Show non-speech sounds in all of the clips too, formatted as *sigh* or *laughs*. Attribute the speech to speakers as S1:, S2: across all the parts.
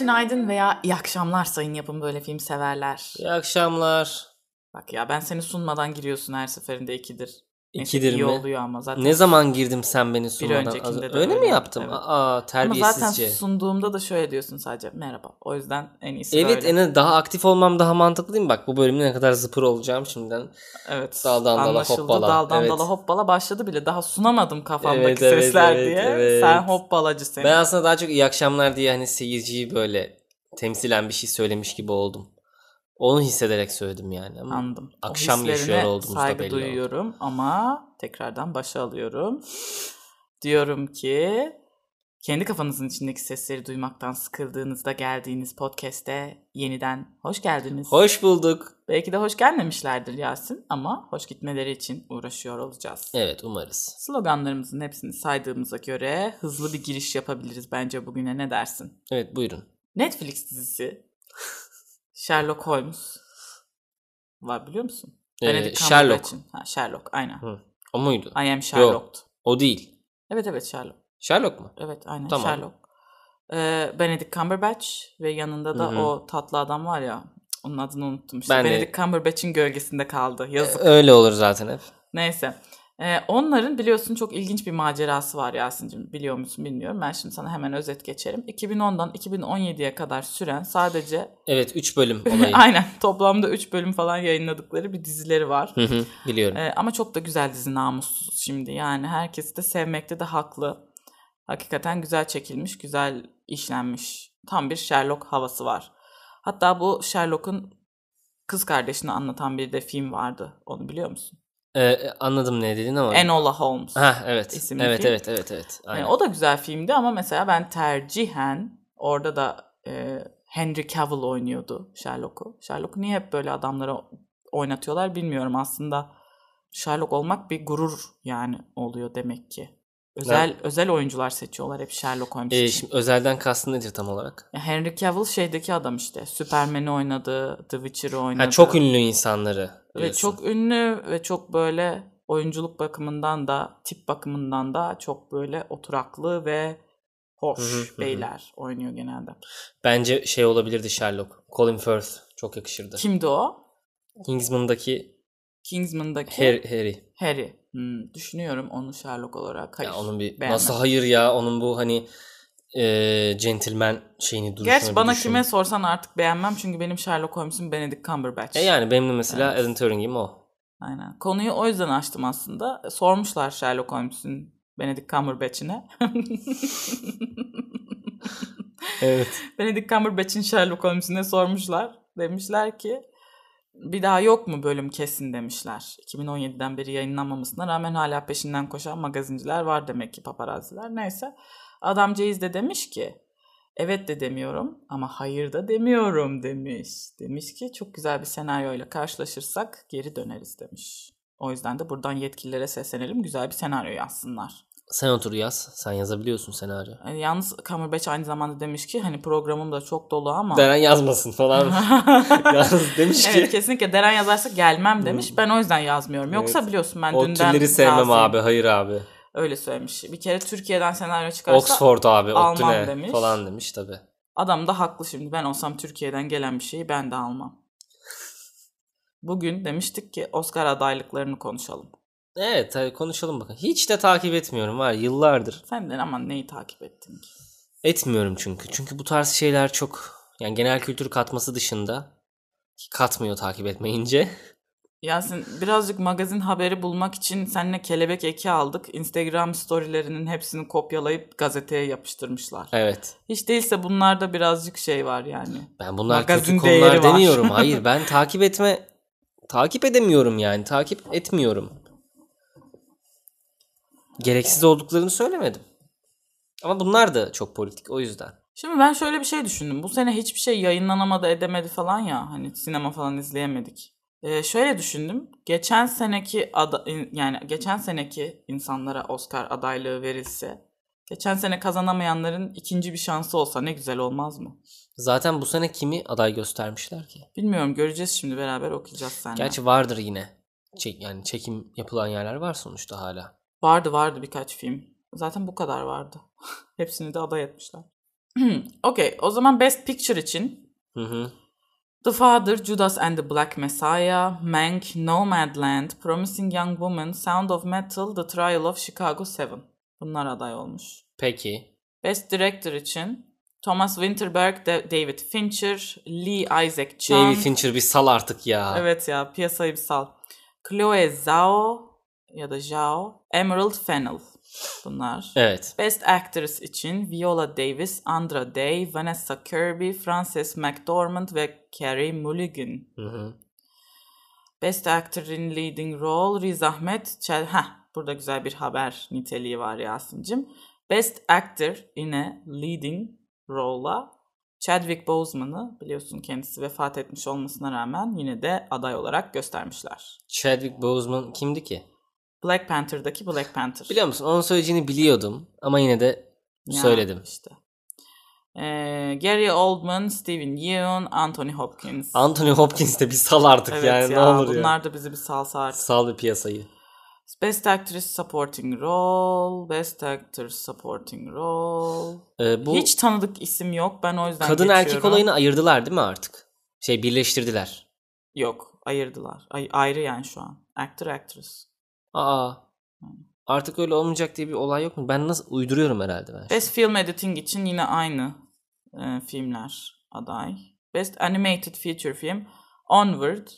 S1: günaydın veya iyi akşamlar sayın yapım böyle film severler.
S2: İyi akşamlar.
S1: Bak ya ben seni sunmadan giriyorsun her seferinde ikidir. Neyse,
S2: İkidir
S1: iyi
S2: mi?
S1: oluyor ama zaten.
S2: Ne zaman girdim sen beni sunmadan?
S1: öncekinde
S2: Az-
S1: de
S2: öyle mi
S1: öyle,
S2: yaptım?
S1: evet.
S2: Aa
S1: ama zaten
S2: terbiyesizce.
S1: sunduğumda da şöyle diyorsun sadece merhaba. O yüzden en iyisi
S2: Evet
S1: böyle.
S2: en az- daha aktif olmam daha mantıklı değil mi? Bak bu bölümde ne kadar zıpır olacağım şimdiden.
S1: Evet.
S2: Daldan dala
S1: Anlaşıldı.
S2: hoppala,
S1: Daldan
S2: evet.
S1: dala hoppala başladı bile. Daha sunamadım kafamdaki
S2: Evet, evet,
S1: sesler
S2: evet,
S1: diye.
S2: evet.
S1: Sen hoppalacı seni.
S2: Ben aslında daha çok iyi akşamlar diye hani seyirciyi böyle temsilen bir şey söylemiş gibi oldum. Onu hissederek söyledim yani. Ama
S1: Anladım. O
S2: akşam
S1: hislerine
S2: yaşıyor olduğumuz da
S1: saygı
S2: belli oldu.
S1: duyuyorum ama tekrardan başa alıyorum. Diyorum ki kendi kafanızın içindeki sesleri duymaktan sıkıldığınızda geldiğiniz podcast'e yeniden hoş geldiniz.
S2: Hoş bulduk.
S1: Belki de hoş gelmemişlerdir Yasin ama hoş gitmeleri için uğraşıyor olacağız.
S2: Evet umarız.
S1: Sloganlarımızın hepsini saydığımıza göre hızlı bir giriş yapabiliriz bence bugüne ne dersin?
S2: Evet buyurun.
S1: Netflix
S2: *laughs*
S1: dizisi Sherlock Holmes var biliyor musun?
S2: Ee,
S1: Benedict
S2: Sherlock.
S1: Cumberbatch'in. Ha, Sherlock aynen.
S2: Hı. O muydu?
S1: I am Sherlock'tu.
S2: O değil.
S1: Evet evet Sherlock.
S2: Sherlock mu?
S1: Evet aynen
S2: Tamam.
S1: Sherlock. Ee, Benedict Cumberbatch ve yanında da
S2: Hı hı.
S1: o tatlı adam var ya. Onun adını unuttum işte.
S2: Ben de-
S1: Benedict Cumberbatch'in gölgesinde kaldı. Yazık.
S2: Öyle olur zaten hep.
S1: Neyse. Ee, onların biliyorsun çok ilginç bir macerası var Yasin'cim. Biliyor musun bilmiyorum. Ben şimdi sana hemen özet geçerim. 2010'dan 2017'ye kadar süren sadece
S2: Evet 3 bölüm olayı.
S1: *laughs* aynen toplamda 3 bölüm falan yayınladıkları bir dizileri var.
S2: Hı hı, Biliyorum.
S1: Ee, ama çok da güzel dizi namussuz şimdi. Yani herkesi de sevmekte de haklı. Hakikaten güzel çekilmiş, güzel işlenmiş. Tam bir Sherlock havası var. Hatta bu Sherlock'un kız kardeşini anlatan bir de film vardı. Onu biliyor musun?
S2: Ee, anladım ne dediğini ama.
S1: Enola Holmes.
S2: Ha evet.
S1: İsimli
S2: Evet,
S1: film.
S2: evet evet evet
S1: Yani
S2: Aynen.
S1: Hani o da güzel filmdi ama mesela ben tercihen orada da e, Henry Cavill oynuyordu Sherlock'u. Sherlock'u niye hep böyle adamlara oynatıyorlar bilmiyorum aslında. Sherlock olmak bir gurur yani oluyor demek ki. Özel özel oyuncular seçiyorlar hep Sherlock Holmes
S2: Ee,
S1: için.
S2: şimdi özelden kastın nedir tam olarak?
S1: Henry Cavill şeydeki adam işte. Superman'i oynadı, The Witcher'ı oynadı.
S2: Ha, çok ünlü insanları.
S1: Ve
S2: diyorsun.
S1: çok ünlü ve çok böyle oyunculuk bakımından da tip bakımından da çok böyle oturaklı ve hoş
S2: Hı hı, hı hı.
S1: beyler oynuyor genelde.
S2: Bence şey olabilirdi Sherlock. Colin Firth çok yakışırdı.
S1: Kimdi o?
S2: Kingsman'daki
S1: Kingsman'daki Harry.
S2: Harry. Harry.
S1: Hmm, düşünüyorum onu Sherlock olarak. Hayır.
S2: Ya onun bir
S1: beğenmedim.
S2: nasıl hayır ya onun bu hani e, gentleman şeyini duruşunu
S1: Gerçi
S2: bir
S1: bana
S2: düşün.
S1: kime sorsan artık beğenmem çünkü benim Sherlock Holmes'um Benedict Cumberbatch.
S2: E yani benim de mesela
S1: Evet.
S2: Alan Turing'im o.
S1: Aynen. Konuyu o yüzden açtım aslında. E, Sormuşlar Sherlock Holmes'un Benedict Cumberbatch'ine.
S2: Evet.
S1: Benedict Cumberbatch'in Sherlock Holmes'ine sormuşlar. Demişler ki bir daha yok mu bölüm kesin demişler. 2017'den beri yayınlanmamasına rağmen hala peşinden koşan magazinciler var demek ki paparaziler. Neyse adam Ceyiz de demiş ki evet de demiyorum ama hayır da demiyorum demiş. Demiş ki çok güzel bir senaryoyla karşılaşırsak geri döneriz demiş. O yüzden de buradan yetkililere seslenelim güzel bir senaryo yazsınlar.
S2: Sen otur yaz. Sen yazabiliyorsun senaryo.
S1: E, Yalnız Cumberbatch aynı zamanda demiş ki hani programım da çok dolu ama
S2: Deren yazmasın falan. *laughs* Yalnız demiş ki
S1: *laughs* Evet kesinlikle Deren yazarsa gelmem demiş. Ben o yüzden yazmıyorum. Yoksa
S2: Hmm. Evet.
S1: biliyorsun ben
S2: o
S1: dünden
S2: türleri sevmem
S1: razıyım.
S2: abi. Hayır abi.
S1: Öyle söylemiş. Bir kere Türkiye'den senaryo çıkarsa
S2: Oxford abi. Ottu
S1: Alman
S2: ne?
S1: demiş.
S2: Falan demiş tabi.
S1: adam da haklı şimdi. Ben olsam Türkiye'den gelen bir şeyi ben de almam. Bugün demiştik ki Oscar adaylıklarını konuşalım.
S2: Evet hadi konuşalım bakın. Hiç de takip etmiyorum var yıllardır.
S1: Senden aman neyi takip ettin ki?
S2: Etmiyorum çünkü. Çünkü bu tarz şeyler çok yani genel kültür katması dışında ki katmıyor takip etmeyince. *laughs*
S1: Yasin birazcık magazin haberi bulmak için seninle kelebek eki aldık. Instagram storylerinin hepsini kopyalayıp gazeteye yapıştırmışlar.
S2: Evet.
S1: Hiç değilse bunlarda birazcık şey var yani.
S2: Ben bunlar
S1: Magazin
S2: kötü konular
S1: değeri var. *laughs*
S2: deniyorum. Hayır ben takip etme takip edemiyorum yani. Takip etmiyorum. Gereksiz olduklarını söylemedim. Ama bunlar da çok politik o yüzden.
S1: Şimdi ben şöyle bir şey düşündüm. Bu sene hiçbir şey yayınlanamadı, edemedi falan ya. Hani sinema falan izleyemedik. Ee, şöyle düşündüm. Geçen seneki ada- in- yani geçen seneki insanlara Oscar adaylığı verilse, geçen sene kazanamayanların ikinci bir şansı olsa ne güzel olmaz mı?
S2: Zaten bu sene kimi aday göstermişler ki?
S1: Bilmiyorum göreceğiz şimdi beraber okuyacağız seninle.
S2: Gerçi vardır yine. Çek, yani çekim yapılan yerler var sonuçta hala.
S1: *laughs* vardı vardı birkaç film. Zaten bu kadar vardı. Hepsini de aday etmişler. *clears throat* Okey o zaman Best Picture için
S2: Hı hı.
S1: The Father, Judas and the Black Messiah, Mank, Nomadland, Promising Young Woman, Sound of Metal, The Trial of Chicago 7. Bunlar aday olmuş.
S2: Peki.
S1: Best Director için Thomas Winterberg, Da- David Fincher, Lee Isaac Chung.
S2: Şey David Fincher bir sal artık ya.
S1: Evet ya piyasayı bir sal. Chloe Zhao ya da Zhao, Emerald Fennell bunlar.
S2: Evet.
S1: Best Actress için Viola Davis, Andra Day, Vanessa Kirby, Frances McDormand ve Carey Mulligan.
S2: Hı hı.
S1: Best Actor in Leading Role Riz Ahmet Çel... Heh, burada güzel bir haber niteliği var Yasin'cim. Best Actor in a Leading Role'a Chadwick Boseman'ı biliyorsun kendisi vefat etmiş olmasına rağmen yine de aday olarak göstermişler.
S2: Chadwick Boseman kimdi ki?
S1: Black Panther'daki Black Panther.
S2: Biliyor musun? Onun söyleyeceğini biliyordum ama yine de
S1: Ya,
S2: söyledim.
S1: işte. Ee, Gary Oldman, Steven Yeun, Anthony Hopkins.
S2: Anthony Hopkins de bir sal artık
S1: evet
S2: yani
S1: ya,
S2: ne olur
S1: bunlar
S2: ya.
S1: da bizi bir salsa artık.
S2: Sal bir piyasayı.
S1: Best Actress Supporting Role, Best Actor Supporting Role.
S2: Ee, bu
S1: Hiç tanıdık isim yok. Ben o yüzden
S2: kadın erkek
S1: geçiyorum.
S2: olayını ayırdılar değil mi artık? Şey birleştirdiler.
S1: yok, ayırdılar. Ay- ayrı yani şu an. Actor actress.
S2: Aa. Artık öyle olmayacak diye bir olay yok mu? Ben nasıl uyduruyorum herhalde ben.
S1: Best Film Editing için yine aynı e, filmler aday. Best Animated Feature Film Onward.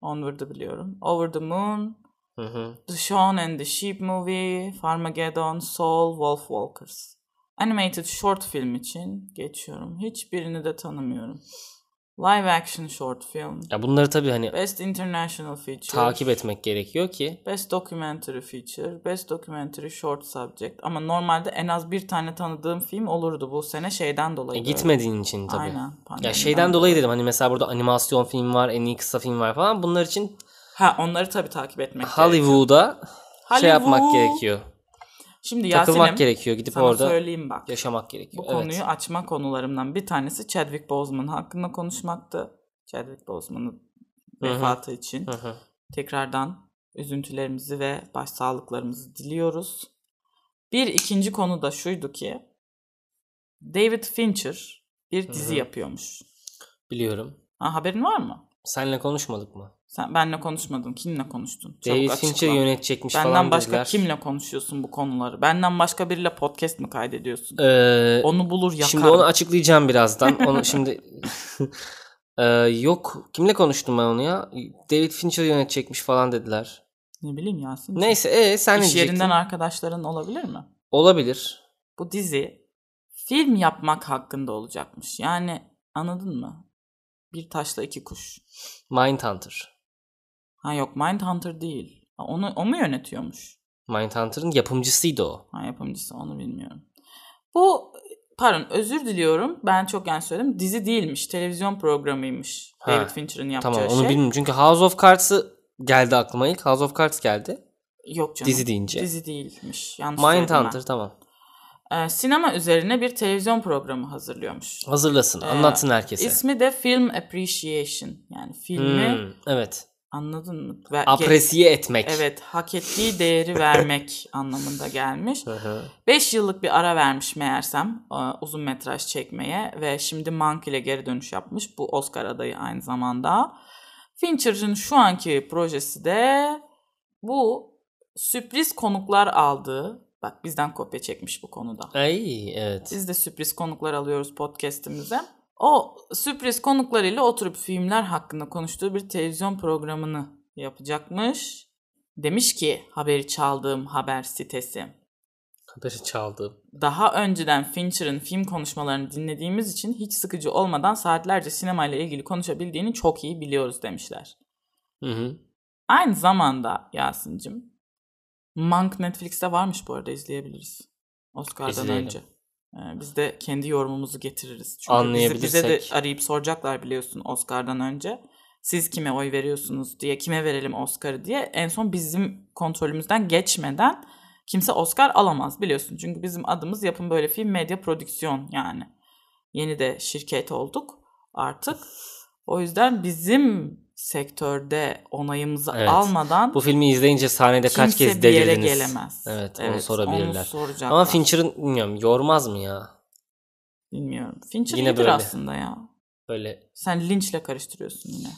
S1: Onward'ı biliyorum. Over the Moon,
S2: Hı hı.
S1: The Shaun and the Sheep Movie, Farmageddon, Soul, Wolf Walkers. Animated short film için geçiyorum. Hiçbirini de tanımıyorum. Live action short film.
S2: Ya bunları tabii hani
S1: Best international feature.
S2: takip etmek gerekiyor ki.
S1: Best documentary feature. Best documentary short subject. Ama normalde en az bir tane tanıdığım film olurdu bu sene şeyden
S2: E,
S1: dolayı.
S2: gitmediğin için tabii.
S1: Aynen,
S2: Ya
S1: pandemiden
S2: şeyden dolayı dedim hani mesela burada animasyon film var, en iyi kısa film var falan. Bunlar için
S1: Ha onları tabii takip etmek gerekiyor.
S2: Hollywood'a şey yapmak
S1: Hollywood.
S2: gerekiyor.
S1: Şimdi
S2: Takılmak
S1: Yasin'im
S2: gerekiyor. Gidip
S1: sana
S2: orada
S1: söyleyeyim bak.
S2: yaşamak gerekiyor.
S1: Bu
S2: evet.
S1: konuyu açma konularımdan bir tanesi Chadwick Boseman hakkında konuşmaktı. Chadwick Boseman'ın
S2: Hı hı.
S1: vefatı için
S2: Hı hı.
S1: tekrardan üzüntülerimizi ve başsağlıklarımızı diliyoruz. Bir ikinci konu da şuydu ki David Fincher bir dizi
S2: hı.
S1: yapıyormuş.
S2: Biliyorum.
S1: Ha, haberin var mı?
S2: Senle konuşmadık mı?
S1: Sen benle konuşmadın. Kimle konuştun? Çabuk
S2: David
S1: açıkla.
S2: Fincher yönetecekmiş
S1: Benden
S2: falan
S1: başka
S2: dediler.
S1: kimle konuşuyorsun bu konuları? Benden başka biriyle podcast mı kaydediyorsun?
S2: Ee,
S1: Onu bulur yakarım.
S2: şimdi onu açıklayacağım
S1: *laughs*
S2: birazdan. Onu şimdi *laughs* Ee, yok. Kimle konuştum ben onu ya? David Fincher yönetecekmiş falan dediler.
S1: Ne bileyim Yasin.
S2: Neyse ee, sen ne
S1: İş
S2: diyecektin?
S1: yerinden arkadaşların olabilir mi?
S2: Olabilir.
S1: Bu dizi film yapmak hakkında olacakmış. Yani anladın mı? Bir taşla iki kuş.
S2: Mindhunter.
S1: Ha yok Mindhunter değil. Ha, Onu o mu yönetiyormuş?
S2: Mindhunter'ın yapımcısıydı o.
S1: Ha yapımcısı onu bilmiyorum. Bu pardon özür diliyorum. Ben çok yanlış söyledim. Dizi değilmiş. Televizyon programıymış.
S2: Ha,
S1: David Fincher'ın yapacağı
S2: Tamam
S1: şey.
S2: onu bilmiyorum. Çünkü House of Cards'ı geldi aklıma ilk. House of Cards geldi.
S1: Yok canım.
S2: Dizi deyince.
S1: Dizi değilmiş. Yanlış söyledim ben.
S2: Mindhunter tamam.
S1: Ee, sinema üzerine bir televizyon programı hazırlıyormuş.
S2: Hazırlasın.
S1: Ee,
S2: anlatsın herkese.
S1: İsmi de Film Appreciation. Yani filmi
S2: Hmm, evet.
S1: Anladın mı? Ve
S2: Apresiye etmek.
S1: Evet, hak ettiği değeri vermek anlamında gelmiş.
S2: Hı hı.
S1: 5 yıllık bir ara vermiş meğersem e, uzun metraj çekmeye ve şimdi Mank ile geri dönüş yapmış. Bu Oscar adayı aynı zamanda. Fincher'ın şu anki projesi de bu sürpriz konuklar aldığı. Bak bizden kopya çekmiş bu konuda.
S2: Ay evet.
S1: Biz de sürpriz konuklar alıyoruz podcast'imize. O sürpriz konuklarıyla oturup filmler hakkında konuştuğu bir televizyon programını yapacakmış. Demiş ki haberi çaldığım haber sitesi.
S2: Haberi çaldım.
S1: Daha önceden Fincher'ın film konuşmalarını dinlediğimiz için hiç sıkıcı olmadan saatlerce sinemayla ilgili konuşabildiğini çok iyi biliyoruz demişler.
S2: Hı hı.
S1: Aynı zamanda Yasin'cim Mank Netflix'te varmış bu arada izleyebiliriz. Oscar'dan
S2: İzleyelim.
S1: önce. Ee, biz de kendi yorumumuzu getiririz. Çünkü bizi-
S2: Anlayabilirsek.
S1: bize de arayıp soracaklar biliyorsun Oscar'dan önce. Siz kime oy veriyorsunuz diye, kime verelim Oscar'ı diye. En son bizim kontrolümüzden geçmeden kimse Oscar alamaz biliyorsun. Çünkü bizim adımız yapım böyle film medya prodüksiyon yani. Yeni de şirket olduk artık. O yüzden bizim sektörde onayımızı
S2: Evet.
S1: almadan
S2: Bu filmi izleyince sahnede kaç
S1: kimse
S2: kez
S1: bir yere
S2: delirdiniz.
S1: gelemez.
S2: Evet, onu sorabilirler.
S1: soracaklar.
S2: Ama Fincher'ın bilmiyorum yormaz mı ya?
S1: Bilmiyorum. Fincher
S2: Yine
S1: iyidir
S2: böyle.
S1: aslında ya.
S2: Böyle
S1: Sen Lynch'le karıştırıyorsun yine.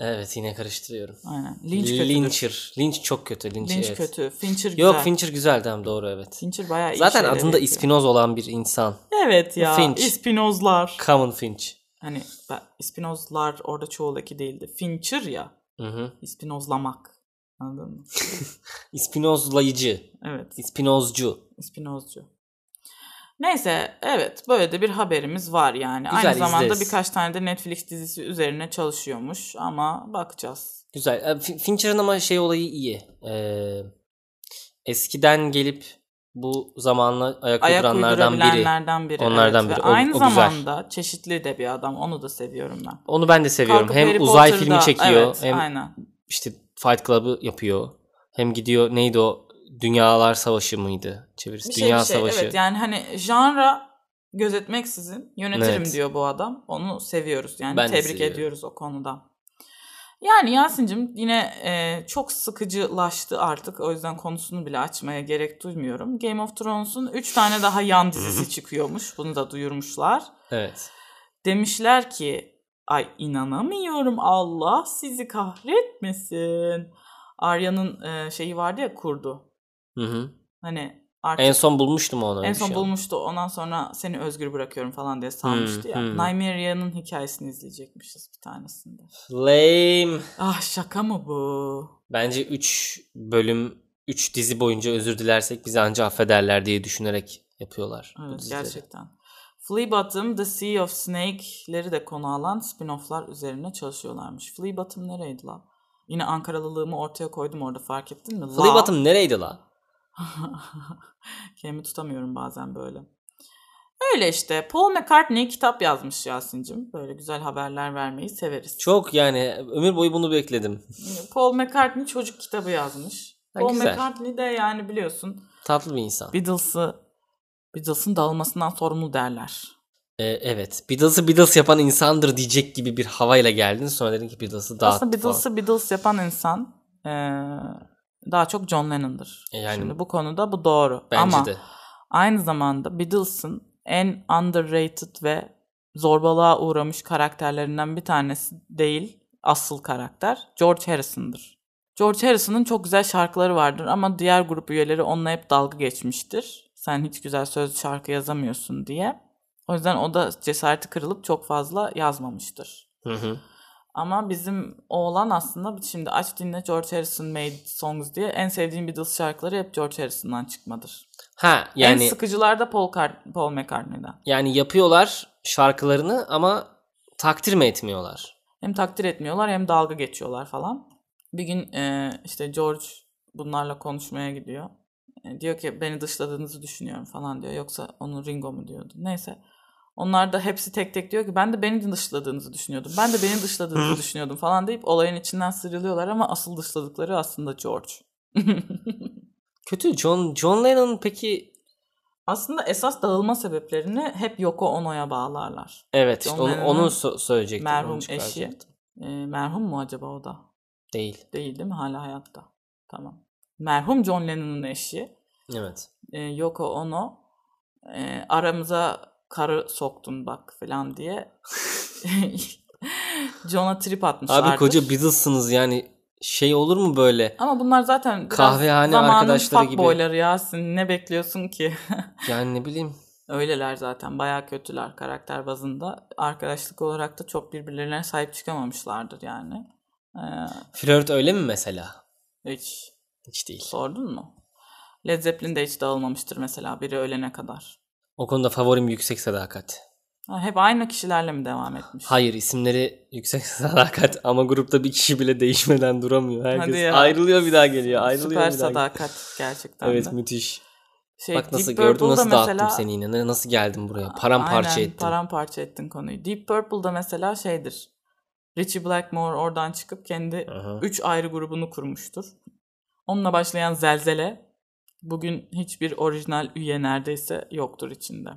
S2: evet yine karıştırıyorum.
S1: Aynen. Lynch
S2: Lynch
S1: kötü. Lynch,
S2: Lyncher. Lynch çok kötü. Lynch, evet.
S1: kötü. Fincher güzel. şey
S2: Yok Fincher güzel tamam doğru evet.
S1: Fincher bayağı iyi
S2: Zaten
S1: şeyler
S2: adında
S1: yapıyor.
S2: İspinoz olan bir insan.
S1: Evet ya.
S2: Finch.
S1: İspinozlar.
S2: Common Finch.
S1: Hani ben, İspinozlar orada çoğul eki değildi. Fincher ya.
S2: Hı hı.
S1: İspinozlamak. Anladın mı?
S2: İspinozlayıcı.
S1: Evet.
S2: İspinozcu.
S1: İspinozcu. Neyse evet böyle de bir haberimiz var yani.
S2: Güzel,
S1: Aynı zamanda
S2: izleriz.
S1: birkaç tane de Netflix dizisi üzerine çalışıyormuş ama bakacağız.
S2: Güzel. E, Fin- Fincher'ın ama şey olayı iyi. Ee, eskiden gelip bu zamanla ayak,
S1: Ayak
S2: uyduranlardan biri.
S1: uydurabilenlerden biri.
S2: Onlardan
S1: evet. Ve
S2: biri. O-
S1: aynı
S2: o güzel.
S1: zamanda çeşitli de bir adam. Onu da seviyorum ben.
S2: Onu ben de seviyorum.
S1: Kalkıp
S2: hem
S1: Harry
S2: uzay
S1: Potter'da-
S2: filmi çekiyor,
S1: Evet,
S2: hem
S1: aynen.
S2: işte Fight Club'ı yapıyor. Hem gidiyor neydi o? Dünyalar Savaşı mıydı? Çevirisi.
S1: Bir şey,
S2: Dünya
S1: bir şey.
S2: Savaşı.
S1: Evet yani hani janra gözetmeksizin yönetirim
S2: Evet.
S1: diyor bu adam. Onu seviyoruz yani
S2: Ben de
S1: tebrik
S2: seviyorum.
S1: ediyoruz o konuda. Yani Yasin'cim yine e, çok sıkıcılaştı artık. O yüzden konusunu bile açmaya gerek duymuyorum. Game of Thrones'un 3 tane daha
S2: *laughs*
S1: yan dizisi çıkıyormuş. Bunu da duyurmuşlar.
S2: Evet.
S1: Demişler ki ay inanamıyorum Allah sizi kahretmesin. Arya'nın e, şeyi vardı ya kurdu.
S2: Hı hı.
S1: Hani artık
S2: En son bulmuştum onu. öyle
S1: en
S2: bir
S1: son
S2: şey.
S1: bulmuştu. Ondan sonra seni özgür bırakıyorum falan diye salmıştı
S2: Hmm,
S1: ya.
S2: hmm.
S1: Nymeria'nın hikayesini izleyecekmişiz bir tanesinde.
S2: Lame.
S1: Ah şaka mı bu?
S2: Bence 3 bölüm 3 dizi boyunca özür dilersek bizi anca affederler diye düşünerek yapıyorlar. bu
S1: Evet
S2: dizileri.
S1: gerçekten. Fleabottom, The Sea of Snake'leri de konu alan spin-off'lar üzerine çalışıyorlarmış. Fleabottom nereydi lan? Yine Ankaralılığımı ortaya koydum orada fark ettin mi? La- *laughs*
S2: Fleabottom nereydi la?
S1: Kendimi tutamıyorum bazen böyle. Öyle işte. Paul McCartney kitap yazmış Yasin'cim. Böyle güzel haberler vermeyi severiz.
S2: Çok yani ömür boyu bunu bekledim. *laughs*
S1: Paul McCartney çocuk kitabı yazmış.
S2: Ha,
S1: Paul
S2: güzel.
S1: McCartney de yani biliyorsun
S2: Tatlı bir insan.
S1: Beatles'ı Beatles'ın dağılmasından sorumlu derler.
S2: Ee, evet. Beatles'ı Beatles yapan insandır diyecek gibi bir havayla geldin. Sonra dedin ki Beatles'ı dağıt.
S1: Aslında
S2: falan.
S1: Beatles'ı Beatles yapan insan eee, daha çok John Lennon'dır.
S2: E yani-
S1: Şimdi bu konuda bu doğru.
S2: Bence
S1: Ama
S2: de.
S1: aynı zamanda Beatles'ın en underrated ve zorbalığa uğramış karakterlerinden bir tanesi değil asıl karakter George Harrison'dır. George Harrison'ın çok güzel şarkıları vardır ama diğer grup üyeleri onunla hep dalga geçmiştir. Sen hiç güzel söz şarkı yazamıyorsun diye. O yüzden o da cesareti kırılıp çok fazla yazmamıştır.
S2: Hı hı.
S1: Ama bizim oğlan aslında şimdi aç dinle George Harrison made songs diye en sevdiğim Beatles şarkıları hep George Harrison'dan çıkmadır.
S2: Ha
S1: En
S2: yani
S1: sıkıcılar da Paul, Kar- Paul McCartney'den.
S2: yani yapıyorlar şarkılarını ama takdir mi etmiyorlar?
S1: Hem takdir etmiyorlar hem dalga geçiyorlar falan. Bir gün e, işte George bunlarla konuşmaya gidiyor. E, diyor ki beni dışladığınızı düşünüyorum falan diyor. Yoksa onu Ringo mu diyordu. Neyse. Onlar da hepsi tek tek diyor ki ben de beni dışladığınızı düşünüyordum. Ben de beni dışladığınızı düşünüyordum falan deyip olayın içinden sıyrılıyorlar ama asıl dışladıkları aslında George.
S2: Kötü. John John Lennon peki
S1: Aslında esas dağılma sebeplerini hep Yoko Ono'ya bağlarlar.
S2: Evet
S1: John
S2: işte onu,
S1: Lennon'ın
S2: onu so- söyleyecektim. onu
S1: Merhum eşi.
S2: çıkaracaktım.
S1: E, merhum mu acaba o da?
S2: Değil.
S1: Değil değil mi? Hala hayatta. Tamam. Merhum John Lennon'un eşi
S2: Evet.
S1: e, Yoko Ono e, aramıza karı soktun bak falan diye *laughs* John'a trip atmışlardır.
S2: Abi koca Beatles'sınız yani şey olur mu böyle?
S1: Ama bunlar zaten biraz
S2: Kahvehane
S1: zamanın
S2: arkadaşları
S1: fuck
S2: gibi.
S1: boyları Yasin. Ne bekliyorsun ki? *laughs*
S2: Yani ne bileyim.
S1: Öyleler zaten. Bayağı kötüler karakter bazında. Arkadaşlık olarak da çok birbirlerine sahip çıkamamışlardır yani. Ee,
S2: Flört öyle mi mesela?
S1: hiç
S2: Hiç değil.
S1: sordun mu? Led Zeppelin de hiç dağılmamıştır mesela biri ölene kadar.
S2: O konuda favorim Yüksek Sadakat.
S1: Ha, hep aynı kişilerle mi devam etmiş?
S2: Hayır isimleri Yüksek *laughs* Sadakat ama grupta bir kişi bile değişmeden duramıyor.
S1: Hadi
S2: Herkes
S1: ya.
S2: ayrılıyor bir daha geliyor. Ayrılıyor
S1: Süper
S2: bir daha geliyor.
S1: sadakat gerçekten
S2: Evet
S1: de.
S2: müthiş.
S1: Şey,
S2: Bak nasıl
S1: Deep
S2: gördüm
S1: Purple'da
S2: nasıl dağıttım
S1: mesela-
S2: seni yine. Ne- Nasıl geldim buraya. Paramparça
S1: Aynen,
S2: ettim.
S1: paramparça ettin konuyu. Deep Purple'da mesela şeydir. Richie Blackmore oradan çıkıp kendi
S2: Aha.
S1: üç ayrı grubunu kurmuştur. Onunla başlayan zelzele bugün hiçbir orijinal üye neredeyse yoktur içinde.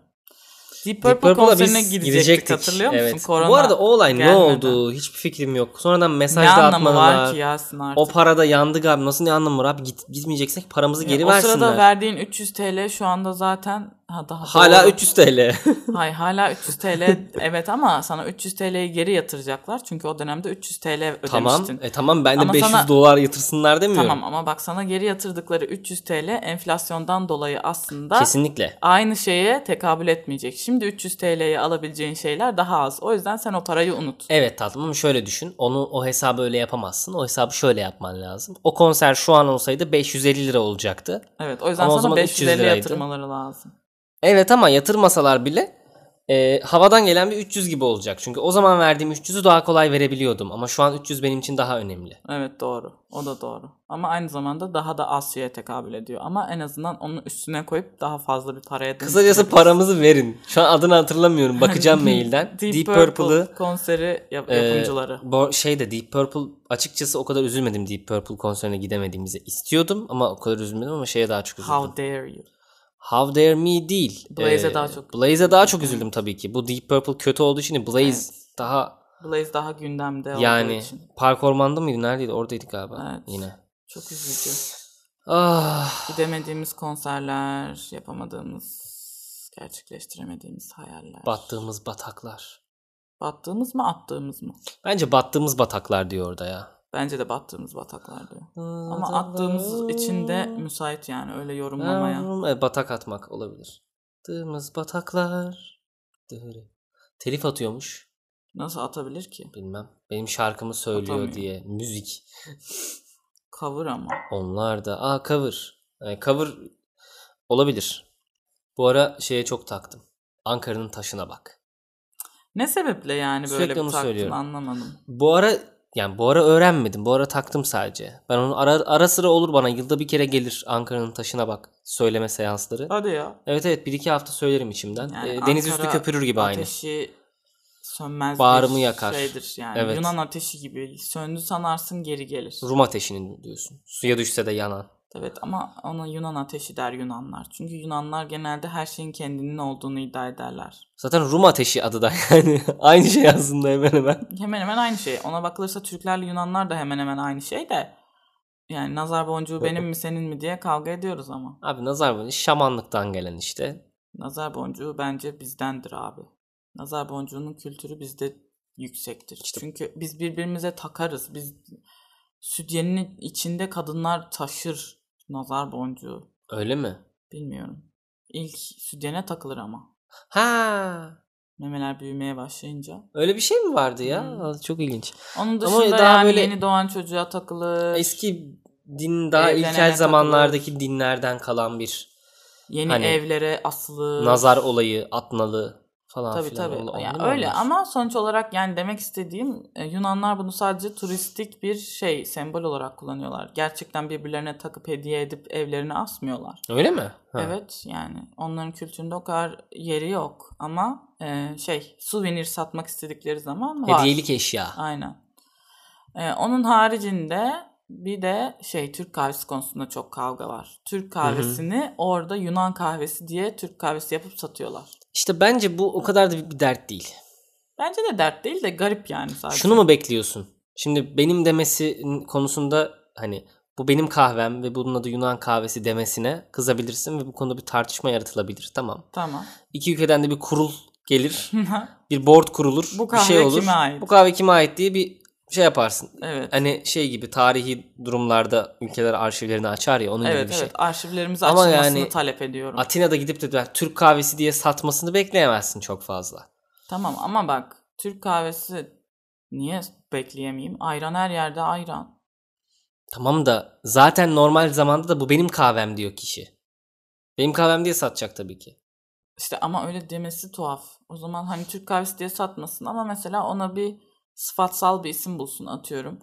S1: Deep Purple,
S2: Deep Purple'a
S1: konserine gidecektik, hatırlıyor musun?
S2: Evet.
S1: Korona
S2: Bu arada o olay
S1: gelmeden.
S2: ne oldu hiçbir fikrim yok. Sonradan mesaj
S1: ne anlamı var
S2: dağıtmadılar.
S1: ki Yasin artık?
S2: O parada yandık abi nasıl ne anlamı var abi git, gitmeyeceksek paramızı
S1: Ya
S2: geri
S1: o
S2: versinler.
S1: sırada verdiğin 300 TL şu anda zaten Ha, daha
S2: Hala
S1: doğru.
S2: 300 TL.
S1: Hayır hala 300 TL
S2: *laughs*
S1: evet ama sana 300 TL'yi geri yatıracaklar. Çünkü o dönemde 300 TL ödemiştin.
S2: tamam. E tamam ben de
S1: Ama
S2: 500
S1: sana-
S2: dolar yatırsınlar demiyorum.
S1: Tamam ama bak sana geri yatırdıkları 300 TL enflasyondan dolayı aslında
S2: Kesinlikle.
S1: aynı şeye tekabül etmeyecek. Şimdi 300 TL'ye alabileceğin şeyler daha az. O yüzden sen o parayı unut.
S2: Evet tatlım ama şöyle düşün. Onu o hesabı öyle yapamazsın. O hesabı şöyle yapman lazım. O konser şu an olsaydı 550 lira olacaktı.
S1: Evet o yüzden
S2: Ama o
S1: sana
S2: zaman
S1: 500
S2: 300
S1: TL
S2: liraydı.
S1: yatırmaları lazım.
S2: Evet ama yatırmasalar bile e, havadan gelen bir 300 gibi olacak. Çünkü o zaman verdiğim 300'ü daha kolay verebiliyordum. Ama şu an 300 benim için daha önemli.
S1: Evet doğru. O da doğru. Ama aynı zamanda daha da az şeye tekabül ediyor. Ama en azından onun üstüne koyup daha fazla bir paraya Hani
S2: Kısacası paramızı verin. Şu an adını
S1: *laughs*
S2: hatırlamıyorum. Bakacağım mailden.
S1: Deep,
S2: Deep,
S1: Purple'ı
S2: Purple'ı
S1: konseri yap-
S2: e,
S1: yapımcıları.
S2: bu şey de Deep Purple açıkçası o kadar üzülmedim Deep Purple konserine gidemediğimizi istiyordum ama o kadar üzülmedim ama şeye daha çok üzüldüm. How,
S1: How dare you?
S2: Dare Me değil. E,
S1: Blaze'e daha çok-
S2: Blaze'e daha çok üzüldüm tabii ki. Bu Deep Purple kötü olduğu için Blaze daha
S1: Blaze daha gündemde olduğu
S2: yani
S1: için.
S2: Park Orman'da mıydı neredeydi oradaydık galiba
S1: Evet.
S2: yine.
S1: Çok üzücü.
S2: Ah,
S1: Gidemediğimiz konserler, yapamadığımız, gerçekleştiremediğimiz hayaller.
S2: battığımız bataklar.
S1: Battığımız mı, attığımız mı?
S2: Bence battığımız bataklar diyor orada ya.
S1: Bence de battığımız bataklar diyor. Ama attığımız için de müsait yani öyle yorumlamaya.
S2: Evet, batak atmak olabilir. Battığımız bataklar. Dırı. Telif atıyormuş.
S1: Nasıl atabilir ki?
S2: Bilmem. Benim şarkımı söylüyor
S1: Atamıyor.
S2: diye. Müzik.
S1: Cover ama.
S2: Onlar da. Aa cover. Yani cover olabilir. Bu ara şeye çok taktım. Ankara'nın taşına bak.
S1: Ne sebeple yani böyle
S2: Sürekli
S1: bir
S2: onu
S1: taktın
S2: söylüyorum.
S1: anlamadım.
S2: Bu ara yani bu ara öğrenmedim. Bu ara taktım sadece. Ben onu ara, ara sıra olur bana. Yılda bir kere gelir Ankara'nın taşına bak söyleme seansları.
S1: Hadi ya.
S2: Evet evet bir iki hafta söylerim içimden.
S1: Yani
S2: Ee, deniz
S1: Ankara
S2: üstü köpürür gibi aynı.
S1: Ateşi sönmez
S2: Bağrımı
S1: bir
S2: yakar.
S1: şeydir yani.
S2: Evet.
S1: Yunan ateşi gibi. Söndü sanarsın geri gelir.
S2: Rum ateşinin diyorsun. Suya düşse de yanan.
S1: Evet ama ona Yunan ateşi der Yunanlar. Çünkü Yunanlar genelde her şeyin kendinin olduğunu iddia ederler.
S2: Zaten Rum ateşi adı da *laughs* yani aynı şey aslında hemen hemen.
S1: Hemen hemen aynı şey. Ona bakılırsa Türklerle Yunanlar da hemen hemen aynı şey de. Yani nazar boncuğu benim mi senin mi diye kavga ediyoruz ama.
S2: Abi nazar böyle şamanlıktan gelen işte.
S1: Nazar boncuğu bence bizdendir abi. Nazar boncuğunun kültürü bizde yüksektir.
S2: İşte-
S1: Çünkü biz birbirimize takarız. Biz sütyenin içinde kadınlar taşır nazar boncuğu.
S2: Öyle mi?
S1: Bilmiyorum. İlk sütyene takılır ama.
S2: Ha.
S1: Memeler büyümeye başlayınca.
S2: Öyle bir şey mi vardı ya?
S1: Hmm.
S2: Aa, Çok ilginç.
S1: Onun
S2: Ama
S1: dışında
S2: daha
S1: yani
S2: böyle-
S1: yeni doğan çocuğa takılır.
S2: Eski din daha
S1: Evlenene
S2: ilkel
S1: takılır.
S2: zamanlardaki dinlerden kalan bir
S1: yeni
S2: hani-
S1: evlere asılır.
S2: nazar olayı, atnalı falan
S1: Tabii
S2: filan.
S1: tabii.
S2: Ol-
S1: Ya
S2: onlar mı
S1: öyle
S2: onlar?
S1: ama sonuç olarak yani demek istediğim e, Yunanlar bunu sadece turistik bir şey sembol olarak kullanıyorlar. Gerçekten birbirlerine takıp hediye edip evlerine asmıyorlar.
S2: Öyle mi? Ha.
S1: Evet yani onların kültüründe o kadar yeri yok ama e, şey suvenir satmak istedikleri zaman var.
S2: Hediyelik eşya.
S1: Aynen. Ee, onun haricinde bir de şey Türk kahvesi konusunda çok kavga var. Türk kahvesini orada Yunan kahvesi diye Türk kahvesi yapıp satıyorlar.
S2: İşte bence bu o kadar da bir dert değil.
S1: Bence de dert değil de garip yani sadece.
S2: Şunu mu bekliyorsun? Şimdi benim demesi konusunda hani bu benim kahvem ve bunun adı Yunan kahvesi demesine kızabilirsin ve bu konuda bir tartışma yaratılabilir. Tamam.
S1: Tamam. *laughs*
S2: İki ülkeden de bir kurul gelir. Bir board kurulur.
S1: Bu
S2: bir şey
S1: kahve
S2: olur.
S1: kime ait?
S2: Bu kahve kime ait diye bir şey yaparsın.
S1: evet.
S2: Hani şey gibi tarihi durumlarda ülkeler arşivlerini açar ya onun gibi
S1: evet
S2: bir şey.
S1: evet arşivlerimizi
S2: Ama
S1: açılmasını
S2: yani-
S1: talep ediyorum.
S2: Atina'da gidip de ben Türk kahvesi diye satmasını bekleyemezsin çok fazla.
S1: tamam ama bak Türk kahvesi niye bekleyemeyeyim? Ayran her yerde ayran.
S2: Tamam da zaten normal zamanda da bu benim kahvem diyor kişi. Benim kahvem diye satacak tabii ki.
S1: İşte ama öyle demesi tuhaf. O zaman hani Türk kahvesi diye satmasın ama mesela ona bir sıfatsal bir isim bulsun atıyorum.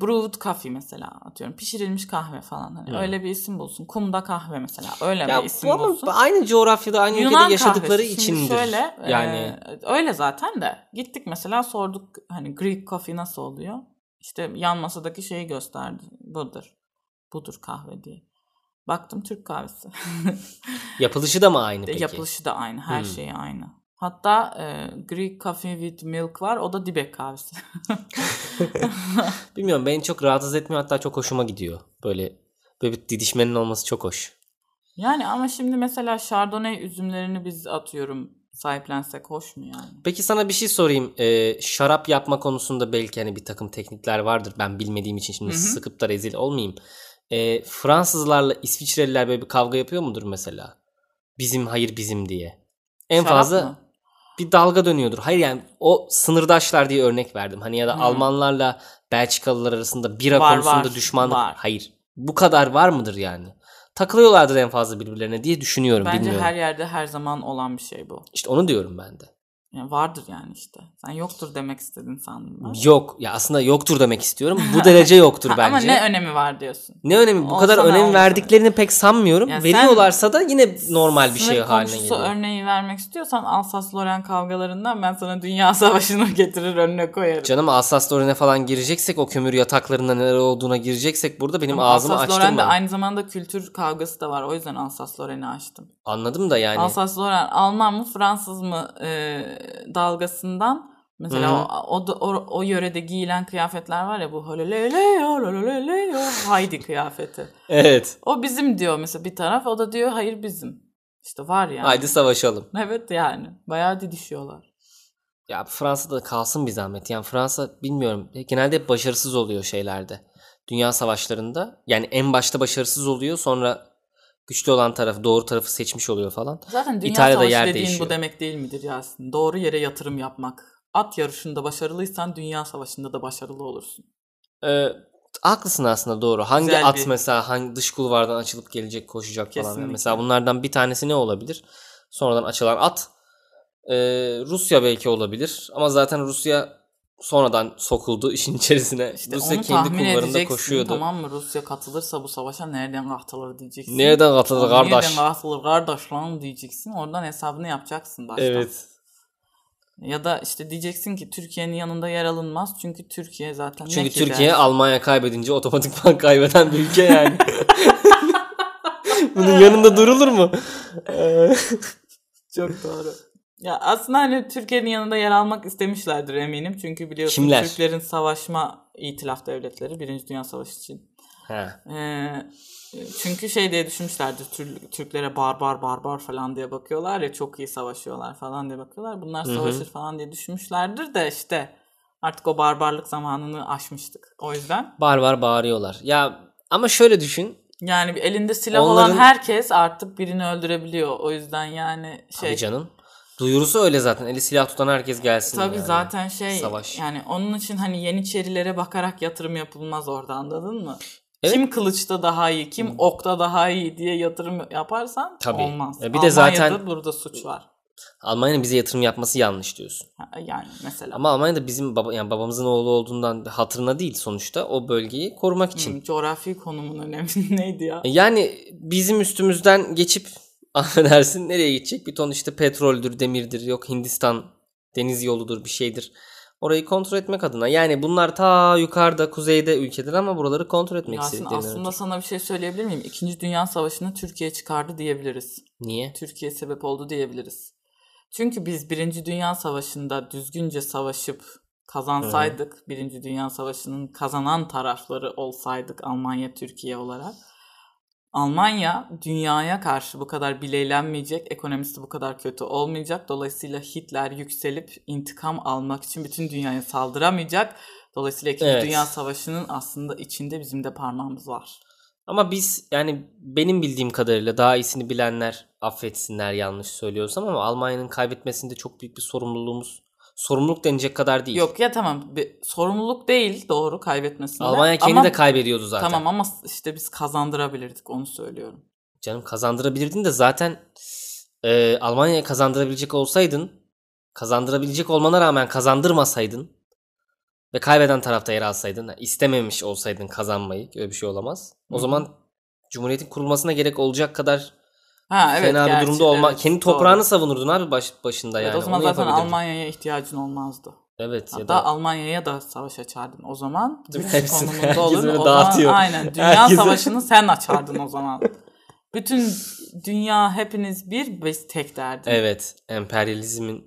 S1: Brewed coffee mesela atıyorum. Pişirilmiş kahve falan. Hani
S2: Hmm.
S1: öyle bir isim bulsun. Kumda kahve mesela. Öyle
S2: Ya
S1: bir isim
S2: bu ama
S1: bulsun.
S2: aynı coğrafyada aynı
S1: Yunan
S2: ülkede yaşadıkları
S1: kahvesi. Şimdi
S2: içindir.
S1: Şöyle, e,
S2: yani
S1: öyle zaten de. Gittik mesela sorduk hani Greek coffee nasıl oluyor? İşte yan masadaki şeyi gösterdi. Budur. Budur kahve diye. Baktım Türk kahvesi. *laughs*
S2: yapılışı da mı aynı
S1: De-
S2: peki?
S1: Yapılışı da aynı. Her
S2: Hmm.
S1: şeyi aynı. Hatta e, Greek Coffee with Milk var. O da dibek kahvesi. *laughs*
S2: Bilmiyorum beni çok rahatsız etmiyor hatta çok hoşuma gidiyor. Böyle böyle bir didişmenin olması çok hoş.
S1: Yani ama şimdi mesela Chardonnay üzümlerini biz atıyorum sahiplensek hoş mu yani?
S2: Peki sana bir şey sorayım. Ee, şarap yapma konusunda belki hani bir takım teknikler vardır. Ben bilmediğim için şimdi
S1: Hı hı.
S2: sıkıp da rezil olmayayım. Ee, Fransızlarla İsviçreliler böyle bir kavga yapıyor mudur mesela? Bizim hayır bizim diye. En
S1: Şarap
S2: fazla
S1: mı?
S2: bir dalga dönüyordur. Hayır yani o sınırdaşlar diye örnek verdim. Hani ya da
S1: Hmm.
S2: Almanlarla Belçikalılar arasında bira
S1: Var,
S2: konusunda
S1: var,
S2: düşmanlık.
S1: var.
S2: Hayır. Bu kadar var mıdır yani? Takılıyorlardır en fazla birbirlerine diye düşünüyorum.
S1: Bence
S2: bilmiyorum.
S1: her yerde her zaman olan bir şey bu.
S2: İşte onu diyorum ben de.
S1: Yani vardır yani işte. Sen yoktur demek istedin sandım ben.
S2: Yok. Ya aslında yoktur demek istiyorum. Bu derece
S1: *laughs*
S2: yoktur
S1: Ha,
S2: bence.
S1: Ama
S2: ne
S1: ne önemi var diyorsun.
S2: önemi? Bu
S1: Olsa
S2: kadar
S1: ne
S2: önem
S1: olur?
S2: verdiklerini pek sanmıyorum.
S1: Yani sen-
S2: Veriyorlarsa da yine normal bir şey
S1: Sınır
S2: haline
S1: komşusu
S2: geliyor.
S1: örneği vermek istiyorsan Alsas-Lorraine kavgalarından ben sana Dünya *laughs* Savaşı'nı getirir önüne koyarım.
S2: Canım Alsas Lorraine'e falan gireceksek o kömür yataklarında neler olduğuna gireceksek burada benim ağzımı açtırma.
S1: Alsas-Lorraine'de aynı zamanda kültür kavgası da var. O yüzden Alsas-Lorraine'i açtım.
S2: Anladım da yani.
S1: Alsas-Lorraine Alman mı Fransız mı e, dalgasından mesela
S2: Hı.
S1: o, o, da- o, o yörede giyilen kıyafetler var ya bu hololeleyo hololeleyo haydi kıyafeti.
S2: Evet.
S1: O bizim diyor mesela bir taraf o da diyor hayır bizim. İşte var yani.
S2: Haydi savaşalım.
S1: Evet yani. Bayağı didişiyorlar.
S2: Ya Fransa'da kalsın bir zahmet. Yani Fransa bilmiyorum genelde hep başarısız oluyor şeylerde. Dünya savaşlarında. Yani en başta başarısız oluyor sonra güçlü olan taraf doğru tarafı seçmiş oluyor falan.
S1: Zaten dünya
S2: İtalya'da
S1: savaşı
S2: yer
S1: dediğin
S2: değişiyor.
S1: bu demek değil midir Yasin? Doğru yere yatırım yapmak. At yarışında başarılıysan dünya savaşında da başarılı olursun.
S2: Ee, haklısın aslında doğru. Hangi
S1: Güzel
S2: at
S1: bir-
S2: mesela hangi dış kulvardan açılıp gelecek koşacak falan.
S1: Kesinlikle.
S2: Mesela bunlardan bir tanesi ne olabilir? Sonradan açılan at. Ee, Rusya belki olabilir ama zaten Rusya sonradan sokuldu *laughs* işin içerisine.
S1: İşte
S2: Rusya
S1: onu
S2: kendi
S1: tahmin
S2: kulvarında
S1: edeceksin
S2: koşuyordu.
S1: tamam mı? Rusya katılırsa bu savaşa nereden katılır diyeceksin.
S2: Nereden katıldı
S1: Nereden
S2: kardeş?
S1: katılır kardeş lan diyeceksin. Oradan hesabını yapacaksın baştan.
S2: Evet.
S1: Ya da işte diyeceksin ki Türkiye'nin yanında yer alınmaz. Çünkü Türkiye zaten ne
S2: Çünkü
S1: ki
S2: Türkiye
S1: der.
S2: Almanya kaybedince otomatikman *laughs* kaybeden bir
S1: *laughs*
S2: ülke yani. Bunun yanında
S1: *laughs*
S2: durulur mu? Ee,
S1: Çok doğru. Ya aslında hani Türkiye'nin yanında yer almak istemişlerdir eminim. Çünkü biliyorsun
S2: Kimler?
S1: Türklerin savaşma itilaf devletleri Birinci Dünya Savaşı için.
S2: ha.
S1: Ee, çünkü şey diye düşünmüşlerdir Tür- Türklere barbar barbar falan diye bakıyorlar ya çok iyi savaşıyorlar falan diye bakıyorlar. Bunlar
S2: Hı hı.
S1: savaşır falan diye düşünmüşlerdir de işte artık o barbarlık zamanını aşmıştık. O yüzden
S2: Barbar bağırıyorlar. Ya ama şöyle düşün.
S1: yani bir elinde silah
S2: Onların-
S1: olan herkes artık birini öldürebiliyor. O yüzden yani
S2: Tabii
S1: şey
S2: canım. Duyurusu öyle zaten. Eli silah tutan herkes gelsin.
S1: Tabii
S2: yani.
S1: zaten şey
S2: Savaş.
S1: yani onun için hani Yeniçerilere bakarak yatırım yapılmaz orada anladın mı?
S2: Evet. Hmm.
S1: Kim kılıçta daha iyi, kim okta daha iyi diye yatırım yaparsan
S2: Tabii.
S1: olmaz.
S2: E
S1: Bir
S2: bir de
S1: de
S2: zaten-
S1: zaten burada suç var.
S2: Almanya'nın bize yatırım yapması yanlış diyorsun.
S1: Ha, Yani mesela
S2: Ama Almanya'da bizim baba, yani babamızın oğlu olduğundan hatırına değil sonuçta o bölgeyi korumak için.
S1: Hı, hmm, coğrafi konumun önemi *laughs* neydi ya?
S2: Yani bizim üstümüzden geçip *laughs* affedersin nereye gidecek? Bir ton işte petroldür, demirdir, yok Hindistan deniz yoludur bir şeydir. Orayı kontrol etmek adına. Yani bunlar ta yukarıda, kuzeyde ülkeler ama buraları kontrol etmek
S1: Yasin
S2: istediklerini
S1: aslında sana bir şey söyleyebilir miyim? İkinci Dünya Savaşı'nı Türkiye çıkardı diyebiliriz.
S2: Niye?
S1: Türkiye sebep oldu diyebiliriz. Çünkü biz Birinci Dünya Savaşı'nda düzgünce savaşıp kazansaydık, Birinci Dünya Savaşı'nın kazanan tarafları olsaydık Almanya, Türkiye olarak. Almanya dünyaya karşı bu kadar bileylenmeyecek, ekonomisi bu kadar kötü olmayacak. Dolayısıyla Hitler yükselip intikam almak için bütün dünyaya saldıramayacak. Dolayısıyla İkinci
S2: Evet.
S1: Dünya Savaşı'nın aslında içinde bizim de parmağımız var.
S2: Ama biz yani benim bildiğim kadarıyla daha iyisini bilenler affetsinler yanlış söylüyorsam ama Almanya'nın kaybetmesinde çok büyük bir sorumluluğumuz sorumluluk denecek kadar değil.
S1: Yok ya tamam bir sorumluluk değil doğru kaybetmesinde.
S2: Almanya kendi
S1: Ama-
S2: de kaybediyordu zaten.
S1: Tamam ama işte biz kazandırabilirdik onu söylüyorum.
S2: Canım kazandırabilirdin de zaten e, Almanya'ya kazandırabilecek olsaydın kazandırabilecek olmana rağmen kazandırmasaydın ve kaybeden tarafta yer alsaydın istememiş olsaydın kazanmayı öyle bir şey olamaz. O
S1: Hı hı.
S2: zaman Cumhuriyet'in kurulmasına gerek olacak kadar
S1: Ha evet.
S2: fena bir
S1: gerçi,
S2: durumda olma.
S1: evet,
S2: kendi
S1: doğru.
S2: toprağını savunurdun abi baş, başında
S1: Evet,
S2: yani.
S1: o zaman
S2: Onu
S1: zaten
S2: yapabilirdin.
S1: Almanya'ya ihtiyacın olmazdı.
S2: Evet ya
S1: Hatta
S2: da
S1: Almanya'ya da savaş açardın o zaman.
S2: Değil mi?
S1: güç
S2: Hepsini,
S1: konumunda
S2: herkesi
S1: olur.
S2: böyle
S1: O
S2: dağıtıyor.
S1: zaman aynen dünya
S2: Herkesi.
S1: savaşını sen açardın o zaman. Bütün dünya hepiniz bir biz tek derdin.
S2: evet emperyalizmin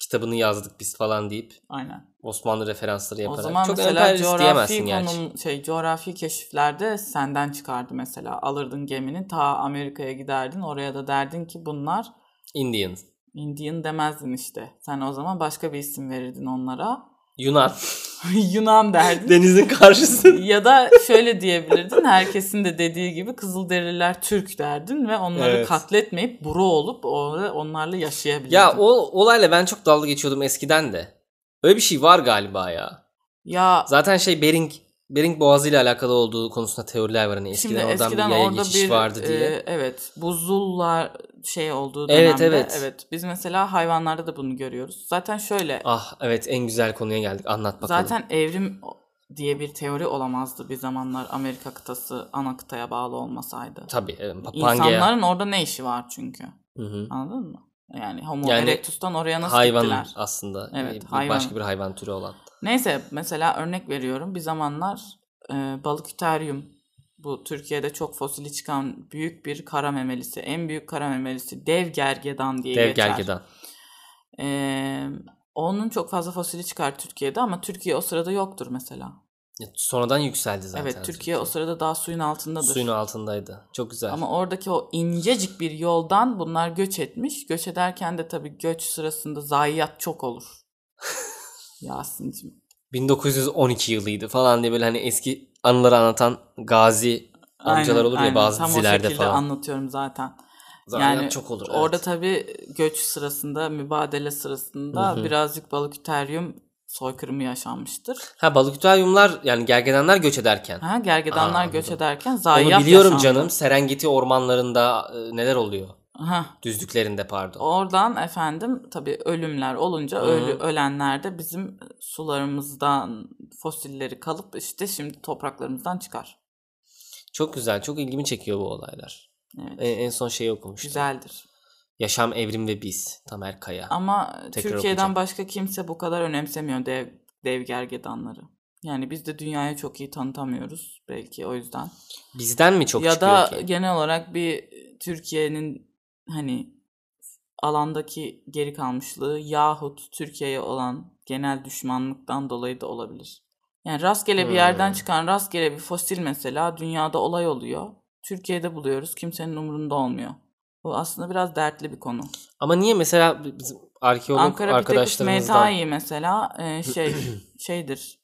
S2: kitabını yazdık biz falan deyip
S1: Aynen.
S2: Osmanlı referansları yaparak.
S1: O zaman
S2: Çok
S1: mesela
S2: emperyalist
S1: coğrafi
S2: diyemezsin gerçi.
S1: konum şey coğrafi keşiflerde senden çıkardı mesela. Alırdın gemini ta Amerika'ya giderdin. Oraya da derdin ki bunlar
S2: Indian.
S1: Indian demezdin işte. Sen o zaman başka bir isim verirdin onlara. *laughs*
S2: Yunan. *laughs*
S1: Yunan derdin. *laughs*
S2: Denizin karşısı.
S1: ya da şöyle diyebilirdin. Herkesin de dediği gibi Kızılderililer Türk derdin ve onları
S2: Evet.
S1: katletmeyip buru olup or- onlarla yaşayabilirdin.
S2: ya o olayla ben çok dalga geçiyordum eskiden de. Öyle bir şey var galiba ya.
S1: ya
S2: Zaten şey Bering Bering Boğazı ile alakalı olduğu konusunda teoriler var hani eskiden,
S1: Şimdi
S2: oradan
S1: eskiden
S2: bir yaya
S1: orada
S2: geçiş
S1: bir
S2: vardı
S1: e,
S2: diye.
S1: evet buzullar şey olduğu dönemde.
S2: Evet,
S1: Evet,
S2: evet.
S1: evet. Biz mesela hayvanlarda da bunu görüyoruz. Zaten şöyle
S2: Ah evet en güzel konuya geldik. Anlat bakalım.
S1: zaten evrim diye bir teori olamazdı bir zamanlar Amerika kıtası ana kıtaya bağlı olmasaydı.
S2: Tabii. e, Pa- Pangea.
S1: İnsanların orada ne işi var çünkü?
S2: Hı hı.
S1: Anladın mı? Yani Homo
S2: Yani
S1: erectus'tan oraya nasıl
S2: Hayvan
S1: gittiler?
S2: aslında.
S1: Evet,
S2: e, bir-
S1: hayvan.
S2: Başka bir hayvan türü olan.
S1: Neyse mesela örnek veriyorum. Bir zamanlar e, balıküteryum bu Türkiye'de çok fosili çıkan büyük bir kara memelisi. En büyük kara memelisi dev gergedan diye
S2: Dev
S1: geçer.
S2: gergedan.
S1: E, onun çok fazla fosili çıkar Türkiye'de ama Türkiye o sırada yoktur mesela.
S2: Ya, Sonradan yükseldi zaten.
S1: evet Türkiye, o sırada daha suyun altındadır.
S2: Suyun altındaydı. Çok güzel.
S1: Ama oradaki o incecik bir yoldan bunlar göç etmiş. Göç ederken de tabii göç sırasında zayiat çok olur.
S2: *laughs*
S1: Yasin'cim.
S2: 1912 yılıydı falan diye böyle hani eski anıları anlatan gazi amcalar
S1: Aynen,
S2: olur ya
S1: aynen.
S2: bazı
S1: Tam o
S2: dizilerde
S1: şekilde
S2: falan.
S1: anlatıyorum zaten.
S2: Zayiat çok olur. evet.
S1: Orada tabii göç sırasında, mübadele sırasında
S2: Hı hı.
S1: birazcık balıküteryum soykırımı yaşanmıştır.
S2: Ha balıküteryumlar yani gergedanlar göç ederken.
S1: Ha,
S2: Aa,
S1: gergedanlar
S2: anladım.
S1: göç ederken
S2: Onu
S1: zayiat
S2: biliyorum
S1: yaşandı.
S2: canım. Serengeti ormanlarında e, neler oluyor?
S1: Ha,
S2: Düzlüklerinde pardon.
S1: Oradan efendim tabii ölümler olunca
S2: Hı hı.
S1: ölü ölenler de bizim sularımızdan fosilleri kalıp işte şimdi topraklarımızdan çıkar.
S2: Çok güzel. Çok ilgimi çekiyor bu olaylar. E,
S1: Evet.
S2: En, en son şeyi okumuştum.
S1: Güzeldir.
S2: Yaşam, Evrim ve Biz. Tamer Kaya.
S1: Ama
S2: Tekrar
S1: Türkiye'den
S2: okuyacağım.
S1: başka kimse bu kadar önemsemiyor dev, dev gergedanları. Yani biz de dünyaya çok iyi tanıtamıyoruz belki o yüzden.
S2: Bizden mi çok
S1: ya
S2: çıkıyor
S1: da
S2: ki?
S1: genel olarak bir Türkiye'nin hani alandaki geri kalmışlığı yahut Türkiye'ye olan genel düşmanlıktan dolayı da olabilir. Yani rastgele bir yerden
S2: Hmm.
S1: çıkan rastgele bir fosil mesela dünyada olay oluyor. Türkiye'de buluyoruz. Kimsenin umurunda olmuyor. Bu aslında biraz dertli bir konu.
S2: Ama niye mesela bizim arkeolog
S1: Ankara Pitekus
S2: arkadaşlarımızdan
S1: Mezai mesela e, şey
S2: *clears throat*
S1: şeydir.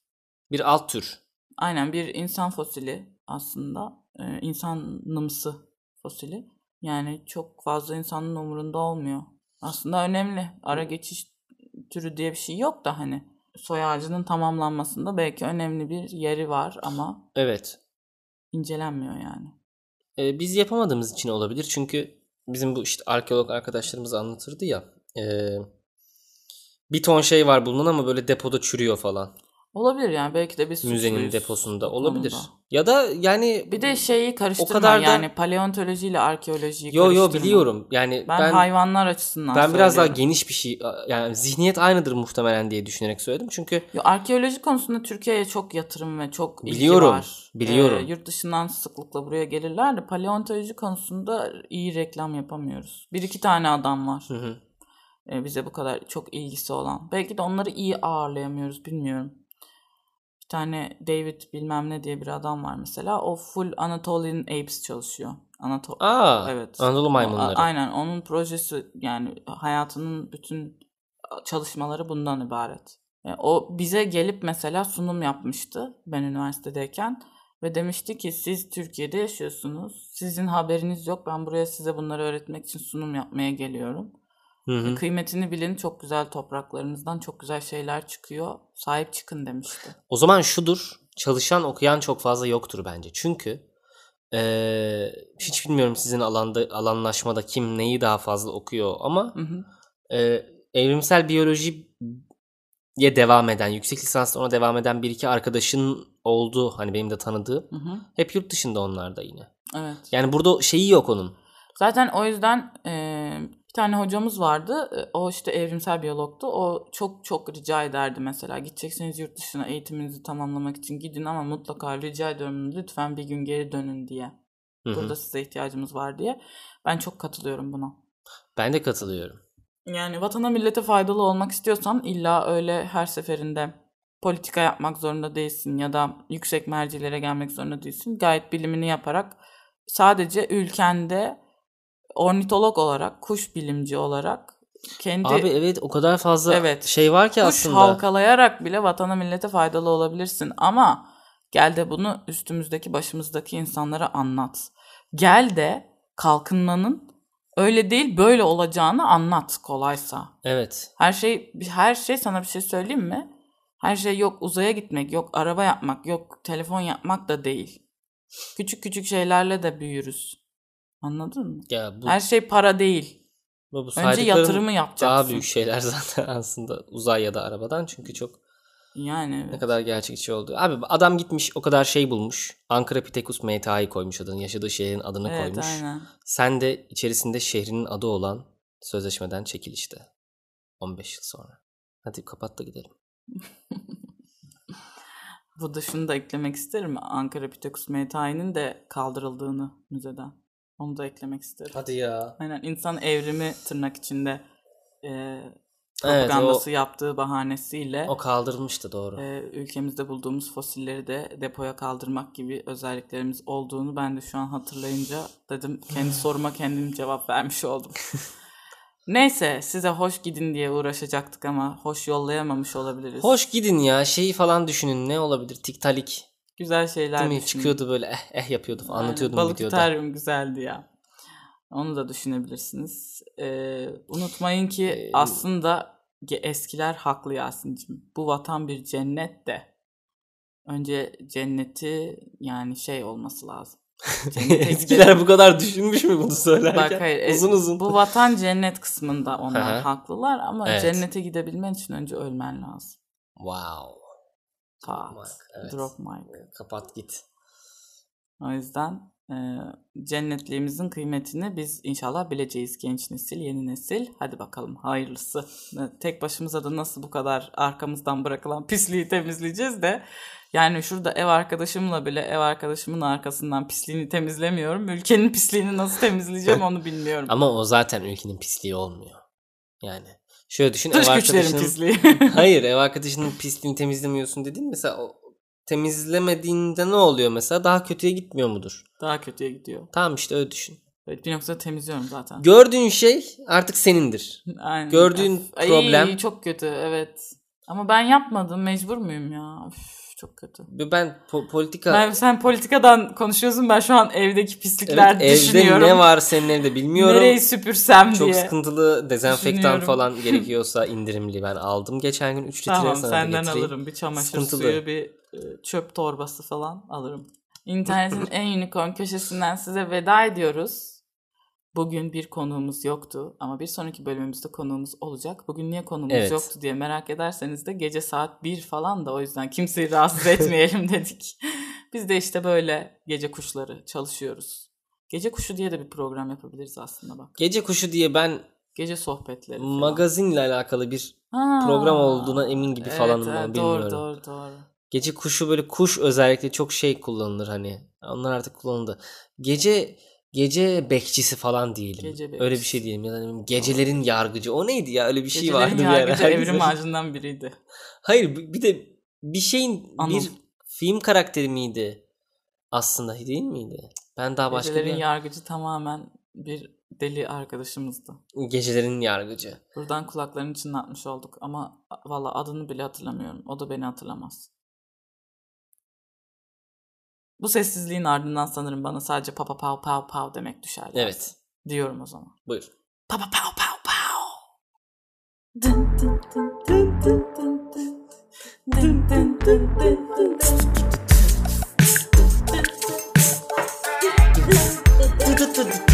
S2: bir alt tür
S1: Aynen bir insan fosili aslında. Ee, insanımsı fosili. Yani çok fazla insanın umurunda olmuyor. Aslında önemli. Ara geçiş türü diye bir şey yok da hani soy ağacının tamamlanmasında belki önemli bir yeri var ama
S2: Evet.
S1: incelenmiyor yani.
S2: Ee, biz yapamadığımız için olabilir. Çünkü bizim bu işte arkeolog arkadaşlarımız anlatırdı ya. ee, bir ton şey var bulunan ama böyle depoda çürüyor falan.
S1: Olabilir yani belki de biz
S2: Müzenin
S1: suçluyuz
S2: deposunda
S1: bu
S2: olabilir.
S1: konuda.
S2: Ya da yani
S1: Bir de şey şeyi karıştırma
S2: kadar da-
S1: yani paleontolojiyle arkeolojiyi
S2: yo yo
S1: karıştırma.
S2: biliyorum. Yani
S1: Ben,
S2: ben ben,
S1: hayvanlar açısından
S2: biraz daha
S1: söylüyorum.
S2: geniş bir şey yani zihniyet aynıdır muhtemelen diye düşünerek söyledim. Çünkü
S1: Yo, arkeoloji konusunda Türkiye'ye çok yatırım ve çok ilgi
S2: Biliyorum,
S1: var.
S2: biliyorum.
S1: Ee, yurt dışından sıklıkla buraya gelirler de paleontoloji konusunda iyi reklam yapamıyoruz. Bir iki tane adam var
S2: Hı hı.
S1: e, bize bu kadar çok ilgisi olan. Belki de onları iyi ağırlayamıyoruz bilmiyorum. Bir tane David bilmem ne diye bir adam var mesela. O full Anatolian Apes çalışıyor. Anatol
S2: Aa,
S1: Evet.
S2: Anadolu maymunları.
S1: A- Aynen onun projesi yani hayatının bütün çalışmaları bundan ibaret. E, O bize gelip mesela sunum yapmıştı ben üniversitedeyken ve demişti ki siz Türkiye'de yaşıyorsunuz. Sizin haberiniz yok. Ben buraya size bunları öğretmek için sunum yapmaya geliyorum.
S2: Hı hı.
S1: Kıymetini bilin. Çok güzel topraklarınızdan çok güzel şeyler çıkıyor. Sahip çıkın demişti.
S2: O zaman şudur. Çalışan okuyan çok fazla yoktur bence. Çünkü eee, hiç bilmiyorum sizin alanda alanlaşmada kim neyi daha fazla okuyor ama
S1: Hı hı.
S2: eee, evrimsel biyolojiye devam eden, yüksek lisansla ona devam eden bir iki arkadaşın oldu hani benim de tanıdığım.
S1: Hı hı.
S2: Hep yurt dışında onlar da yine.
S1: Evet.
S2: Yani burada şeyi yok onun.
S1: Zaten o yüzden e, bir tane hocamız vardı. E, O işte evrimsel biyologtu. O çok çok rica ederdi mesela. Gidecekseniz yurt dışına eğitiminizi tamamlamak için gidin ama mutlaka rica ediyorum lütfen bir gün geri dönün diye.
S2: Hı hı.
S1: Burada size ihtiyacımız var diye. Ben çok katılıyorum buna.
S2: Ben de katılıyorum.
S1: Yani vatana millete faydalı olmak istiyorsan illa öyle her seferinde politika yapmak zorunda değilsin ya da yüksek mercilere gelmek zorunda değilsin. Gayet bilimini yaparak sadece ülkende ornitolog olarak, kuş bilimci olarak kendi
S2: Abi evet o kadar fazla
S1: Evet.
S2: şey var ki
S1: kuş
S2: aslında.
S1: halkalayarak bile vatana millete faydalı olabilirsin ama gel de bunu üstümüzdeki başımızdaki insanlara anlat. Gel de kalkınmanın öyle değil böyle olacağını anlat kolaysa.
S2: Evet.
S1: Her şey her şey sana bir şey söyleyeyim mi? Her şey yok uzaya gitmek, yok araba yapmak, yok telefon yapmak da değil. Küçük küçük şeylerle de büyürüz. Anladın mı?
S2: Ya bu,
S1: Her şey para değil.
S2: bu
S1: Önce
S2: saydıklarım
S1: yatırımı
S2: daha
S1: yapacaksın.
S2: büyük şeyler *laughs* zaten aslında uzay ya da arabadan çünkü çok
S1: Yani
S2: Ne
S1: evet.
S2: kadar gerçekçi oldu. Abi adam gitmiş o kadar şey bulmuş. Ankara Pitekus MTA'yı koymuş adını. Yaşadığı şehrin adını
S1: Evet,
S2: koymuş.
S1: aynen.
S2: Sen de içerisinde şehrinin adı olan sözleşmeden çekil işte. 15 yıl sonra. Hadi kapat da gidelim.
S1: Bu da şunu da eklemek isterim. Ankara Pitokus Metai'nin de kaldırıldığını müzeden. Onu da eklemek isterim.
S2: Hadi ya.
S1: Aynen insan evrimi tırnak içinde e,
S2: Evet o,
S1: propagandası yaptığı bahanesiyle
S2: o kaldırmıştı doğru.
S1: e, ülkemizde bulduğumuz fosilleri de depoya kaldırmak gibi özelliklerimiz olduğunu ben de şu an hatırlayınca dedim
S2: *laughs*
S1: kendi soruma kendim cevap vermiş oldum. Neyse size hoş gidin diye uğraşacaktık ama hoş yollayamamış olabiliriz.
S2: Hoş gidin ya şeyi falan düşünün ne olabilir tiktalik
S1: Güzel şeyler
S2: değil mi
S1: düşünün.
S2: çıkıyordu böyle eh eh yapıyordu falan.
S1: Aynen,
S2: anlatıyordum
S1: Balık
S2: videoda.
S1: tutaryum güzeldi ya. Onu da düşünebilirsiniz. Ee, unutmayın ki
S2: Ee,
S1: aslında ge- eskiler haklı Yasin'cim. Bu vatan bir cennet de. Önce cenneti yani şey olması
S2: *laughs*
S1: lazım. Cennete gidelim.
S2: Hani Eskiler bu kadar düşünmüş mü bunu söylerken?
S1: Bak hayır. e,
S2: uzun uzun.
S1: Bu vatan cennet kısmında onlar
S2: Hı hı.
S1: haklılar ama
S2: Evet.
S1: cennete gidebilmen için önce ölmen lazım.
S2: Wow.
S1: Taat.
S2: Mark, evet.
S1: Drop mic.
S2: Kapat git.
S1: O yüzden e, cennetliğimizin kıymetini biz inşallah bileceğiz genç nesil, yeni nesil. Hadi bakalım hayırlısı. E, Tek başımıza da nasıl bu kadar arkamızdan bırakılan pisliği temizleyeceğiz de yani şurada ev arkadaşımla bile ev arkadaşımın arkasından pisliğini temizlemiyorum. Ülkenin pisliğini nasıl temizleyeceğim onu bilmiyorum.
S2: Ama o zaten ülkenin pisliği olmuyor. Yani şöyle düşün
S1: Dış
S2: ev
S1: güçlerin
S2: arkadaşının...
S1: pisliği. *laughs*
S2: Hayır ev arkadaşının pisliğini temizlemiyorsun dedin mesela o temizlemediğinde ne oluyor mesela daha kötüye gitmiyor mudur?
S1: Daha kötüye gidiyor.
S2: Tamam işte öyle düşün.
S1: Evet, bir noktada temizliyorum zaten.
S2: Gördüğün şey artık senindir.
S1: Aynen.
S2: Gördüğün
S1: Ay,
S2: problem-
S1: çok kötü evet. Ama ben yapmadım mecbur muyum ya? Üf, çok kötü.
S2: Ben po- politika
S1: Ben, sen politikadan konuşuyorsun ben şu an evdeki pislikler
S2: Evet, evde
S1: düşünüyorum.
S2: ne var senin evde bilmiyorum.
S1: Nereyi süpürsem
S2: Çok
S1: diye.
S2: sıkıntılı dezenfektan
S1: Düşünüyorum. *laughs*
S2: falan gerekiyorsa indirimli ben aldım geçen gün 3 litre
S1: Tamam
S2: sana da
S1: senden
S2: getireyim.
S1: alırım bir çamaşır
S2: Sıkıntılı.
S1: suyu bir e, çöp torbası falan alırım. İnternetin
S2: *laughs*
S1: en unicorn köşesinden size veda ediyoruz. Bugün bir konuğumuz yoktu ama bir sonraki bölümümüzde konuğumuz olacak. Bugün niye konuğumuz
S2: Evet.
S1: yoktu diye merak ederseniz de gece saat 1 falan da o yüzden kimseyi
S2: *laughs*
S1: rahatsız etmeyelim dedik. Biz de işte böyle gece kuşları çalışıyoruz. Gece kuşu diye de bir program yapabiliriz aslında bak.
S2: Gece kuşu diye ben
S1: Gece sohbetleri falan.
S2: magazinle alakalı bir
S1: Ha.
S2: program olduğuna emin gibi falanım
S1: evet,
S2: ama
S1: evet,
S2: bilmiyorum.
S1: Doğru doğru doğru.
S2: Gece kuşu böyle kuş özellikle çok şey kullanılır hani. Onlar artık kullanıldı. Gece gece bekçisi falan diyelim.
S1: Gece
S2: Öyle bir
S1: bekçisi.
S2: şey diyelim ya da ne bileyim, gecelerin yargıcı. O neydi ya? Öyle bir şey vardı bir
S1: Gecelerin
S2: ara.
S1: yargıcı
S2: Herkes-
S1: evrim ağacından biriydi.
S2: Hayır bi- bir de bir şeyin
S1: Anıl.
S2: bir film karakteri miydi? Aslında değil miydi? Ben daha başka
S1: Gecelerin
S2: bir
S1: yargıcı tamamen bir deli arkadaşımızdı.
S2: gecelerin yargıcı.
S1: Buradan kulaklarının içine atmış olduk ama valla adını bile hatırlamıyorum. O da beni hatırlamaz. Bu sessizliğin ardından sanırım bana sadece papa pav pav pav demek düşer.
S2: Evet.
S1: Diyorum o zaman.
S2: Buyur.
S1: Papa pav pav pav. Dın dın dın dın dın dın dın. Dın dın dın dın dın dın.
S3: Thank you.